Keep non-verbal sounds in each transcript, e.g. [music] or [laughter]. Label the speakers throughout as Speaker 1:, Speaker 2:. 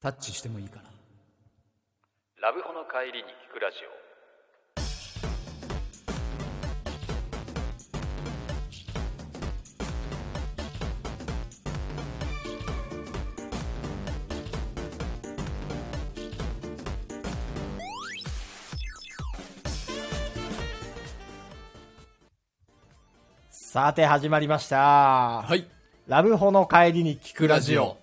Speaker 1: タッチしてもいいかな
Speaker 2: ラブホの帰りに聞くラジ
Speaker 3: さて始まりました。
Speaker 1: はい
Speaker 3: ラブホの帰りに聞くラジオ。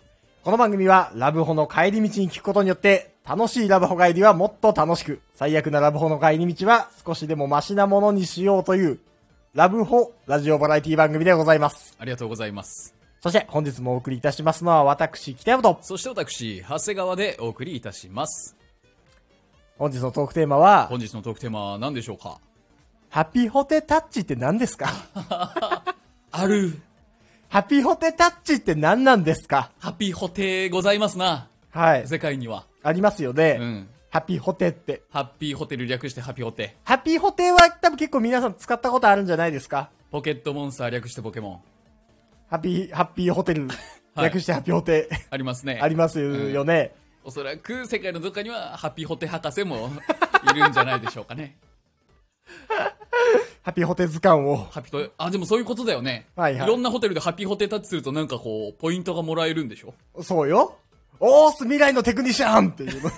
Speaker 3: この番組はラブホの帰り道に聞くことによって、楽しいラブホ帰りはもっと楽しく、最悪なラブホの帰り道は少しでもマシなものにしようという、ラブホラジオバラエティ番組でございます。
Speaker 1: ありがとうございます
Speaker 3: そして本日もお送りいたしますのは私、北山と、
Speaker 1: そして私長谷川でお送りいたします
Speaker 3: 本日のトークテーマは、
Speaker 1: 本日のトークテーマは何でしょうか
Speaker 3: ハッピーホテタッチって何ですか [laughs]
Speaker 1: ある
Speaker 3: ハッピーホテタッチって何なんですか
Speaker 1: ハッピーホテございますな
Speaker 3: はい。
Speaker 1: 世界には
Speaker 3: ありますよね。
Speaker 1: うん
Speaker 3: ハッピーホテって。
Speaker 1: ハッピーホテル略してハピホテ
Speaker 3: ハッピーホテは多分結構皆さん使ったことあるんじゃないですか
Speaker 1: ポケットモンスター略してポケモン
Speaker 3: ハッピー、ハッピーホテル。
Speaker 1: はい
Speaker 3: 略してハッピーホテ
Speaker 1: ありますね
Speaker 3: ありますよね。
Speaker 1: おそらく世界のどっかにはハッピーホテ博士も [laughs] いるんじゃないでしょうかね
Speaker 3: ハッピーホテ図鑑を。
Speaker 1: ハピとあでもそういうことだよね、
Speaker 3: はいはい
Speaker 1: ろんなホテルでハピホテタッチするとなんかこうポイントがもらえるんでしょ
Speaker 3: そうよ。おーす、未来のテクニシャンって
Speaker 1: [laughs]
Speaker 3: いうの。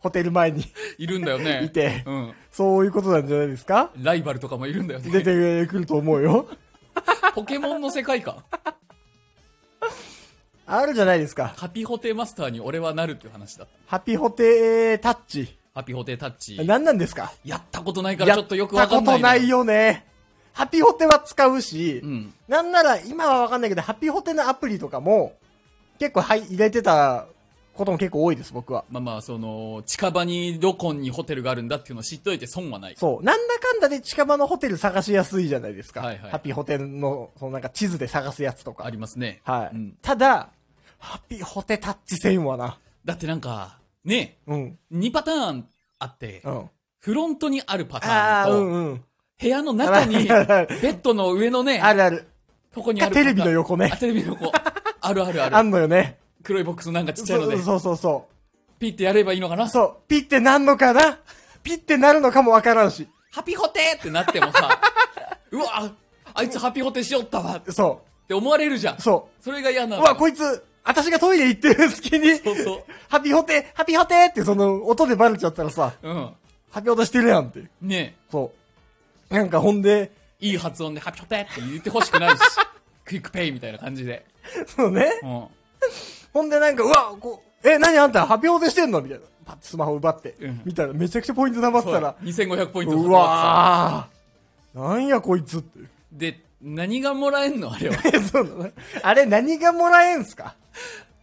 Speaker 3: ホテル前に。
Speaker 1: いるんだよね
Speaker 3: いて
Speaker 1: うん、
Speaker 3: そういうことなんじゃないですか
Speaker 1: ライバルとかもいるんだよ
Speaker 3: 出
Speaker 1: ね
Speaker 3: てくると思
Speaker 1: [laughs]
Speaker 3: うよ。
Speaker 1: ポケモンの世界観
Speaker 3: あるじゃないですか。
Speaker 1: ハピホテマスターに俺はなるっていう話だった
Speaker 3: ハッピーホテタッチ。
Speaker 1: ハピホテタッチ
Speaker 3: 何なんですか
Speaker 1: やったことないからちょっとよくわかんない
Speaker 3: やったことない
Speaker 1: よ、
Speaker 3: よね。ハッピーホテは使うし、
Speaker 1: うん、
Speaker 3: なんなら今はわかんないけど、ハッピーホテのアプリとかも、結構はい入れてたことも結構多いです、僕は。
Speaker 1: まあまあその近場にどこにホテルがあるんだっていうのを知っといて損はない
Speaker 3: そう。なんだかんだで近場のホテル探しやすいじゃないですか。
Speaker 1: はいはい
Speaker 3: ハッピーホテの、そのなんか地図で探すやつと
Speaker 1: あ
Speaker 3: か。
Speaker 1: りますね
Speaker 3: はい、
Speaker 1: うん
Speaker 3: ただ、ハッピーホテタッチせんわな。
Speaker 1: だってなんかね
Speaker 3: うん。
Speaker 1: 2パターンあって、
Speaker 3: うん。
Speaker 1: フロントにあるパタ
Speaker 3: あ
Speaker 1: ー
Speaker 3: あ、う
Speaker 1: ンと、
Speaker 3: んうん。
Speaker 1: 部屋の中に、ベ
Speaker 3: あるある
Speaker 1: ッドの上のね、
Speaker 3: あるある。
Speaker 1: とこにあ
Speaker 3: か
Speaker 1: るパター
Speaker 3: テ
Speaker 1: ン。
Speaker 3: レビの横
Speaker 1: あ
Speaker 3: ね。
Speaker 1: テレビの横。あるあるあ
Speaker 3: あ
Speaker 1: る。
Speaker 3: んのよね。
Speaker 1: 黒いボックスなんかちっちゃいの
Speaker 3: そ
Speaker 1: で
Speaker 3: う、そうそうそ
Speaker 1: ピってやればいいのかな
Speaker 3: う。そう。ピってなんのかなピってなるのかもわからんし。
Speaker 1: ハピホテってなっても
Speaker 3: [laughs]
Speaker 1: さ、うわ、あいつハピホテしよったわっ
Speaker 3: そ
Speaker 1: て思われるじゃん。
Speaker 3: う。そ
Speaker 1: それが嫌な
Speaker 3: う。
Speaker 1: の。
Speaker 3: うわ、こいつ、私がトイレ行ってる隙に、
Speaker 1: そうそう。
Speaker 3: ハピホテ、ハピホテってその音でバレちゃったらさ、
Speaker 1: うん。
Speaker 3: ハピホテしてるやんっていう。
Speaker 1: ね
Speaker 3: そう。なんかほんで、
Speaker 1: えいい発音でハピホテって言ってほしくないし、
Speaker 3: [laughs]
Speaker 1: クイックペイみたいな感じで。
Speaker 3: そうね。
Speaker 1: うん。
Speaker 3: ほんでなんか、うわ、こう、え、何あんたハピホテしてんのみたいな。パッてスマホ奪って
Speaker 1: うん。
Speaker 3: 見たらめちゃくちゃポイント溜まってたら、
Speaker 1: 2500ポイント
Speaker 3: うわーなんやこいつっていう。 [laughs]
Speaker 1: で、何がもらえんのあれは。 [laughs]
Speaker 3: え、そうなのあれ何がもらえんすか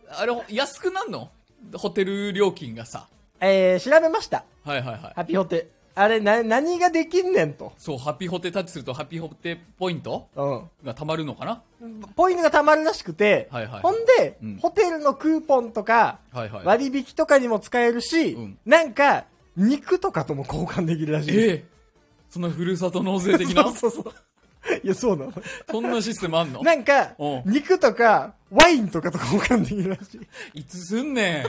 Speaker 1: あれ、安くなんのホテル料金がさ。
Speaker 3: えー、調べました。
Speaker 1: はいはいはい。
Speaker 3: ハピホテ。あれ、な、何ができんねんと。
Speaker 1: そう、ハッピーホテタッチすると、ハッピーホテポイント
Speaker 3: うん。
Speaker 1: が貯まるのかな
Speaker 3: ポイントが貯まるらしくて、
Speaker 1: はいはい
Speaker 3: ほんで、
Speaker 1: うん
Speaker 3: ホテルのクーポンとか、
Speaker 1: はいはい。
Speaker 3: 割引とかにも使えるし、
Speaker 1: うん
Speaker 3: なんか、肉とかとも交換できるらしい。
Speaker 1: ええそんなふるさと納税的な
Speaker 3: [laughs] そうそうそう。いや、そうなの。
Speaker 1: そんなシステムあんの
Speaker 3: なんか
Speaker 1: うん、
Speaker 3: 肉とか、ワインとかと交換できるらし
Speaker 1: いつすんねん。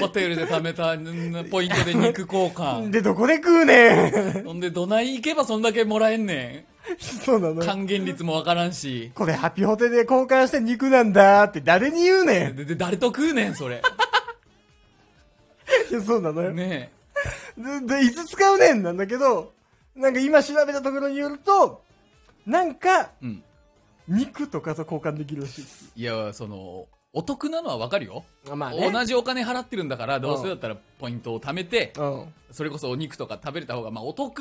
Speaker 1: ホテルで貯めたんポイントで肉交
Speaker 3: い。
Speaker 1: 換。
Speaker 3: で、どこで食うねん
Speaker 1: ほんで、どない行けばそんだけもらえんね。
Speaker 3: そうなんの。
Speaker 1: 還元率もわからんし。
Speaker 3: これ、ハピホテで交換して肉なんだって誰に言うねん。
Speaker 1: で、で誰と食うねん、そ
Speaker 3: [laughs]
Speaker 1: れ。
Speaker 3: いや、そうなのよ。
Speaker 1: ね
Speaker 3: で、で、いつ使うねんなんだけど、なんか今調べたところによると、なんか、
Speaker 1: え。うん。
Speaker 3: 肉とかと交換できるらしいです。
Speaker 1: いや、その、お得なのはわかるよ。
Speaker 3: ま
Speaker 1: 同じお金払ってるんだから、どうせだったらポイントを貯めて、
Speaker 3: うん。
Speaker 1: それこそお肉とか食べれた方が、まあお得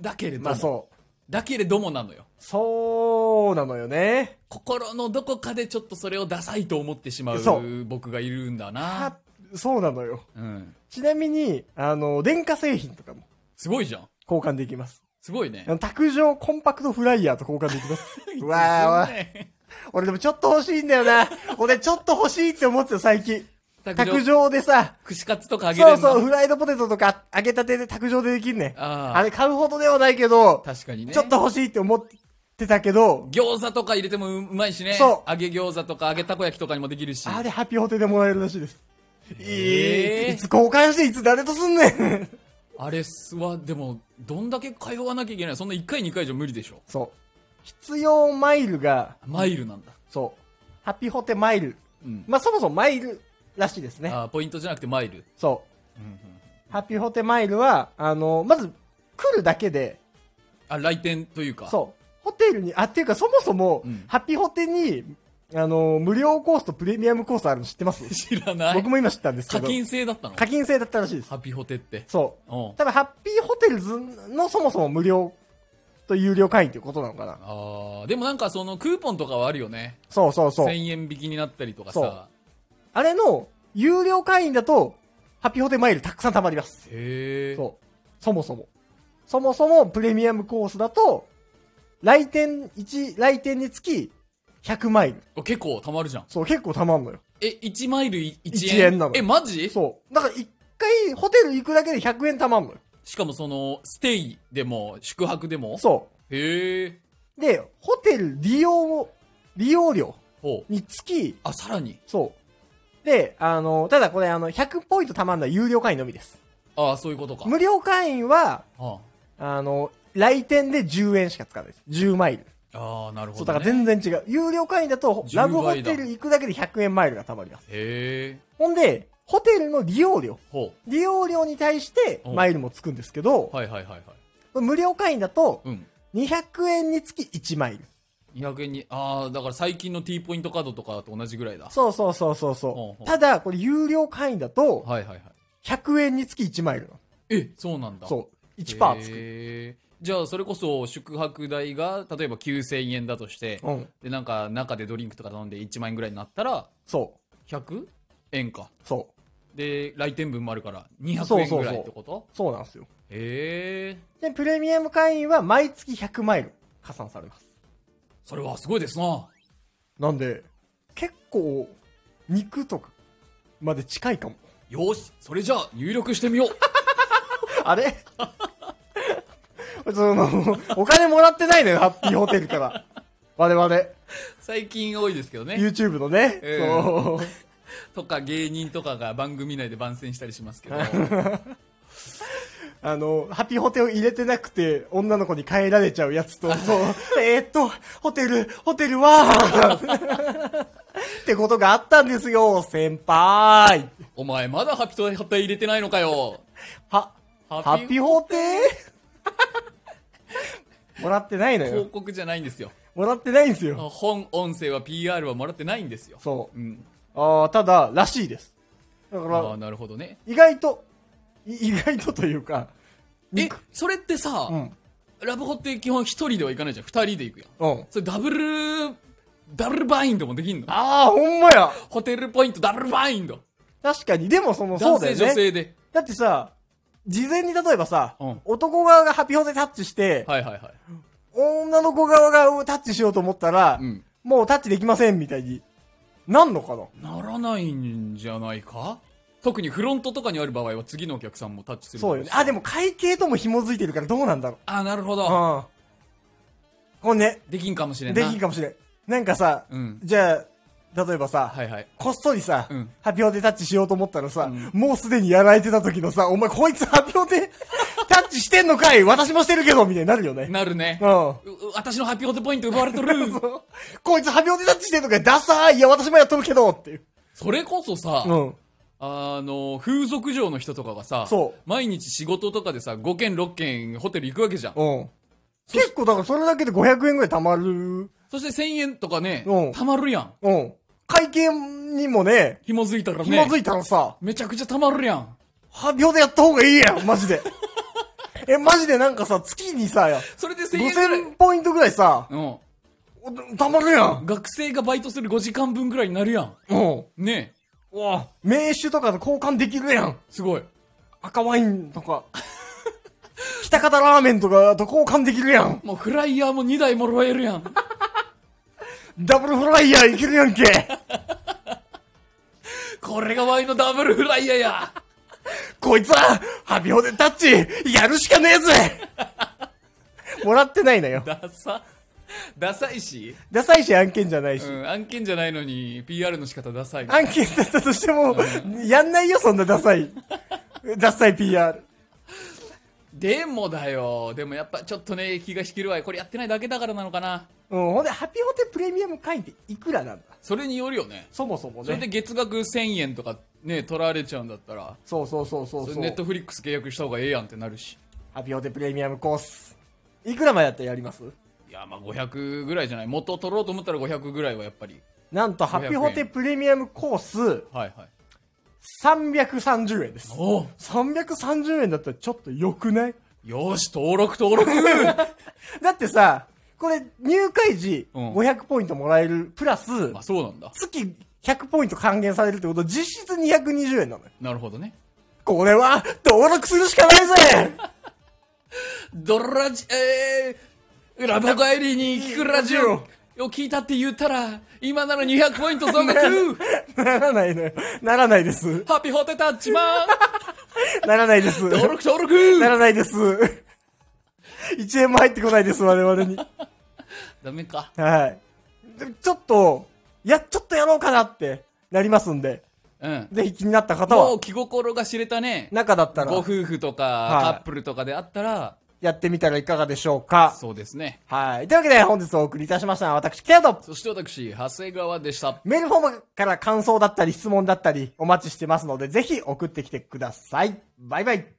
Speaker 1: だけれども、
Speaker 3: まあそう。
Speaker 1: だけれどもなのよ。
Speaker 3: そうなのよね。
Speaker 1: 心のどこかでちょっとそれをダサいと思ってしま
Speaker 3: そう
Speaker 1: 僕がいるんだ
Speaker 3: あ
Speaker 1: な。
Speaker 3: そうなのよ。
Speaker 1: うん。
Speaker 3: ちなみに、あの、電化製品とかも
Speaker 1: すごいじゃん。
Speaker 3: 交換できます。
Speaker 1: すごいね
Speaker 3: あ。の卓上コンパクトフライヤーと交換でき [laughs] ます。うわーわー俺でもちょっと欲しいんだよな。俺ちょっと欲しいって思ってた最近。卓
Speaker 1: 卓上。
Speaker 3: 上でさ、
Speaker 1: 串カツとかあげれ
Speaker 3: そ
Speaker 1: る
Speaker 3: う
Speaker 1: の
Speaker 3: そう、フライドポテトとか揚げたてで卓上でできんねん。
Speaker 1: あ
Speaker 3: あ
Speaker 1: れ
Speaker 3: れ買うほどではないけど、
Speaker 1: 確かにね。
Speaker 3: ちょっと。欲しいって思ってたけど、
Speaker 1: 餃子とか入れてもうまいしね。
Speaker 3: そう
Speaker 1: 揚げ餃子とか揚げたこ焼きとかにもできるし。
Speaker 3: あれハッピーホテでもらえるらしいです。
Speaker 1: えー
Speaker 3: いつ交換していつ誰とすんねん [laughs]
Speaker 1: あれは、でも、どんだけ通わなきゃいけないそんな1回2回じゃ無理でしょ。
Speaker 3: そう。必要マイルが、
Speaker 1: マイルなんだ。
Speaker 3: そう。ハピホテマイル。
Speaker 1: うん。
Speaker 3: まあ、そもそもマイルらしいですね。
Speaker 1: あーポイントじゃなくてマイル。
Speaker 3: そう。ハピホテマイルは、あの、まず、来るだけで、
Speaker 1: あ、来店というか。
Speaker 3: そう。ホテルに、あ、っていうかそもそも、
Speaker 1: うん
Speaker 3: ハピホテに、あの、無料コースとプレミアムコースあるの知ってます
Speaker 1: 知らない
Speaker 3: 僕。も今知ったんですけ
Speaker 1: 課
Speaker 3: ど。
Speaker 1: 金制だったの
Speaker 3: 課金制だったらしいです。
Speaker 1: ハピホテって。
Speaker 3: そう。
Speaker 1: うん。
Speaker 3: 多分、ハッピーホテルズのそもそも無料と有料会員ということなのかな。
Speaker 1: あーでもなんかそのクーポンとかはあるよね。
Speaker 3: そうそうそう。
Speaker 1: 1000円引きになったりとか
Speaker 3: そう
Speaker 1: さ。
Speaker 3: あれの、有料会員だと、ハッピーホテルマイルたくさん貯まります。
Speaker 1: へえ。
Speaker 3: そう。そもそも。そもそも、プレミアムコースだと、来店、1来店につき、100マイル。
Speaker 1: う。結構貯まるじゃん。
Speaker 3: そう、結構貯まんのよ。
Speaker 1: え、1マイル1円
Speaker 3: 一円なの
Speaker 1: え、マジ
Speaker 3: そう。だから一回、ホテル行くだけで100円貯まんのよ。
Speaker 1: しかもその、ステイでも、宿泊でも
Speaker 3: そ
Speaker 1: へえ。
Speaker 3: う。で、ホテル利用を、利用料
Speaker 1: ほう。
Speaker 3: につき、
Speaker 1: あ、さらに。
Speaker 3: そう。で、あの、ただこれあの、100ポイント貯まるのは有料会員のみです。
Speaker 1: ああ、そういうことか。
Speaker 3: 無料会員は、
Speaker 1: は
Speaker 3: あの、来店で10円しか使わないです。10マイル。
Speaker 1: あ、ああ、なる
Speaker 3: そ
Speaker 1: ほ
Speaker 3: う、だ
Speaker 1: ど、
Speaker 3: から
Speaker 1: ね。
Speaker 3: 全然違う。有料会員だと、
Speaker 1: 10
Speaker 3: ラブホテル行くだけで100円マイルが貯まります。
Speaker 1: へえ。
Speaker 3: ほんで、ホテルの利用料。
Speaker 1: ほ
Speaker 3: 利用料に対して、
Speaker 1: うん
Speaker 3: マイルもつくんですけど
Speaker 1: う。、はいはいはいはい。
Speaker 3: 無料会員だと、
Speaker 1: うん。
Speaker 3: 200円につき1マイル。
Speaker 1: 200円に、ああ、だから最近の T ポイントカードとかと同じぐらいだ。
Speaker 3: そうそうそうそうそ
Speaker 1: うんう
Speaker 3: う。
Speaker 1: ん
Speaker 3: ただ、これ有料会員だと、
Speaker 1: はいはいはい。
Speaker 3: 100円につき1マイルなの。
Speaker 1: え、そうなんだ。
Speaker 3: そう。1パーつく。
Speaker 1: へーじゃあ、それこそ宿泊代が、例えば9000円だとして、
Speaker 3: うん。
Speaker 1: で、なんか中でドリンクとか頼んで1万円ぐらいになったら、
Speaker 3: そ
Speaker 1: 100? 円か。
Speaker 3: う。そう。
Speaker 1: で、来店分もあるから、200
Speaker 3: そう
Speaker 1: 円
Speaker 3: そ
Speaker 1: ぐ
Speaker 3: うそう
Speaker 1: らいってこと
Speaker 3: そうなんですよ。
Speaker 1: へえ、
Speaker 3: で、プレミアム会員は毎月100マイル加算されます。
Speaker 1: それはすごいですな。
Speaker 3: なんで、結構、肉とかまで
Speaker 1: [laughs]
Speaker 3: 近いかも。
Speaker 1: よし、それじゃあ入力してみよう。
Speaker 3: あれ [laughs] その、お金もらってないのよ、ハッピーホテルから。我々、
Speaker 1: [laughs] 最近多いですけどね。
Speaker 3: YouTube のね、
Speaker 1: ええ
Speaker 3: そう。
Speaker 1: とか芸人とかが番組内で番宣したりしますけど。
Speaker 3: あの、ハピホテを入れてなくて、女の子に帰られちゃうやつ
Speaker 1: [laughs]
Speaker 3: と、そう、えーっと、ホテル、ホテルは、ってことがあったんですよ、先輩。
Speaker 1: お前まだハピとハタ入れてないのかよ。
Speaker 3: は、
Speaker 1: ハ
Speaker 3: ハピホ
Speaker 1: [laughs]
Speaker 3: テもらってないのよ
Speaker 1: 広。告じゃないんですよ。
Speaker 3: もらってないんですよ。
Speaker 1: 本音声は PR はもらってないんですよ。。
Speaker 3: そう
Speaker 1: ん。
Speaker 3: う。ああ、ただ、らしいです。だか
Speaker 1: ああ、
Speaker 3: ら、
Speaker 1: なるほどね。
Speaker 3: 意外と、い意外とというか、
Speaker 1: え
Speaker 3: 肉、
Speaker 1: それってさ、
Speaker 3: うん。
Speaker 1: ラブホって基本一人では行かないじゃん。二人で行くやん。
Speaker 3: うん。
Speaker 1: それダブル、ダブルバインドもできんの
Speaker 3: ああ、ほんまや。
Speaker 1: ホテルポイントダブルバインド。
Speaker 3: 確かに。でも、その、そ
Speaker 1: 男
Speaker 3: うだ
Speaker 1: 性、女
Speaker 3: よね。
Speaker 1: 性で。
Speaker 3: だってさ、事前に例えばさ、
Speaker 1: うん
Speaker 3: 男側がハピホテタッチして、
Speaker 1: はいはいはい。
Speaker 3: 女の子側がタッチしようと思ったら、
Speaker 1: うん
Speaker 3: もうタッチできませんみたいになんのかな
Speaker 1: ならないんじゃないか特にフロントとかにある場合は次のお客さんもタッチする
Speaker 3: そうよね。あ、でも会計とも紐づいてるからどうなんだろ
Speaker 1: あなるほ
Speaker 3: う。
Speaker 1: ど
Speaker 3: うん。これね、
Speaker 1: できんかもしれんな
Speaker 3: できんかもしれん。なんかさ、
Speaker 1: うん
Speaker 3: じゃあ、例えばさ、
Speaker 1: はいはい
Speaker 3: こっそりさ、
Speaker 1: うん
Speaker 3: ハピホテタッチしようと思ったらさ、
Speaker 1: うん
Speaker 3: もうすでにやられてた時のさ、お前こいつハピホテタッチしてんのかい私もしてるけどみたいになるよね。
Speaker 1: なるね
Speaker 3: うん。
Speaker 1: うう私のハッピーホテポイント奪われとる
Speaker 3: [laughs] こいつハビオテタッチしてんのかよダサーいいや、私もやっとるけどっていう。
Speaker 1: それこそさ、
Speaker 3: うん。
Speaker 1: あの風俗嬢の人とかがさ
Speaker 3: そう
Speaker 1: 毎日仕事とかでさ5軒6軒ホテル行くわけじゃん
Speaker 3: うん。結構だからそれだけで500円ぐらい貯まる。
Speaker 1: そして1000円とかね
Speaker 3: うん
Speaker 1: たまるやん
Speaker 3: うん。会計にもね、
Speaker 1: 紐づいたらね
Speaker 3: 紐づいたらさ、
Speaker 1: めちゃくちゃたまるやん
Speaker 3: ハビオテやった方がいいやん、マジで。 [laughs] え、マジでなんかさ、月にさ、
Speaker 1: それで1000円ぐらい
Speaker 3: 5000ポイントぐらいさ、
Speaker 1: うん
Speaker 3: お貯まるやん。
Speaker 1: 学生がバイトする5時間分ぐらいになるやん
Speaker 3: うん。
Speaker 1: ねえ
Speaker 3: うわ、名酒とかと交換できるやん。
Speaker 1: すごい
Speaker 3: 赤ワイン
Speaker 1: [laughs]
Speaker 3: とか。北方ラーメンとかと交換できるやん。
Speaker 1: もうフライヤーも2台もらえるや [laughs] ん。
Speaker 3: ダブルフライヤーいけるやんけ。
Speaker 1: これがワイのダブルフライヤーや。
Speaker 3: こいつは、ハビオでタ [laughs] ッチ、やるしかねえぜもらってないのよ。
Speaker 1: ダサ。ダサいし、
Speaker 3: ダサいし案件じゃないし。
Speaker 1: うん、案件じゃないのに PR の仕方ダサい。
Speaker 3: 案件だったとしても、やんないよ、そんなダサい。ダサい PR。
Speaker 1: でもだよ。でもやっぱちょっとね、気が引けるわよ。これやってないだけだからなのかな。
Speaker 3: うん、ほんで、ハピホテプレミアム会員っていくらなんだ
Speaker 1: それによるよね。
Speaker 3: そもそも
Speaker 1: それで
Speaker 3: ね。
Speaker 1: 月額1000円とかね、取られちゃうんだったら、
Speaker 3: そうそうそうそうそう。
Speaker 1: ネットフリックス契約した方がええやんってなるし。
Speaker 3: ハピホテプレミアムコース。いくらまでやったらやります
Speaker 1: いや、まあ500ぐらいじゃない。元取ろうと思ったら500ぐらいはやっぱり。
Speaker 3: なんと、ハピホテプレミアムコー
Speaker 1: はいはい。
Speaker 3: ス、330円です。
Speaker 1: おう
Speaker 3: 330円だったらちょっと良くない
Speaker 1: よし、登録登録
Speaker 3: だってさ、これ、入会時、
Speaker 1: うん
Speaker 3: 500ポイントもらえる、プラス、
Speaker 1: [laughs] まあそうなんだ。
Speaker 3: 月100ポイント還元されるってこと、実質220円なのよ。
Speaker 1: なるほどね。
Speaker 3: これは、登録するしかないぜ
Speaker 1: ドラジ、えー、ラブ帰りに聞くラジオを聞いたって言ったら、今なら200ポイント
Speaker 3: [laughs]
Speaker 1: 増額
Speaker 3: ならないのよ。ならないです。
Speaker 1: ハッピーホテタッチマン
Speaker 3: [laughs] ならないです。
Speaker 1: 登録登
Speaker 3: な
Speaker 1: 録
Speaker 3: らないです。1円も入ってこないです、我々に。
Speaker 1: ダメか。
Speaker 3: はい。でちょっと、いや、ちょっとやろうかなって、なりますんで。
Speaker 1: うん。
Speaker 3: ぜひ気になった方
Speaker 1: もう
Speaker 3: は、
Speaker 1: 気心が知れたね。
Speaker 3: 中だったら
Speaker 1: ご、夫婦とか、
Speaker 3: はい
Speaker 1: カップルとかであったら、
Speaker 3: やってみたらいかがでしょうか。
Speaker 1: そうですね。
Speaker 3: はい。というわけで本日お送りいたしましたのは私、ケアド
Speaker 1: そして私、長谷川でした。
Speaker 3: メールフォームから感想だったり質問だったりお待ちしてますので、ぜひ送ってきてください。バイバイ。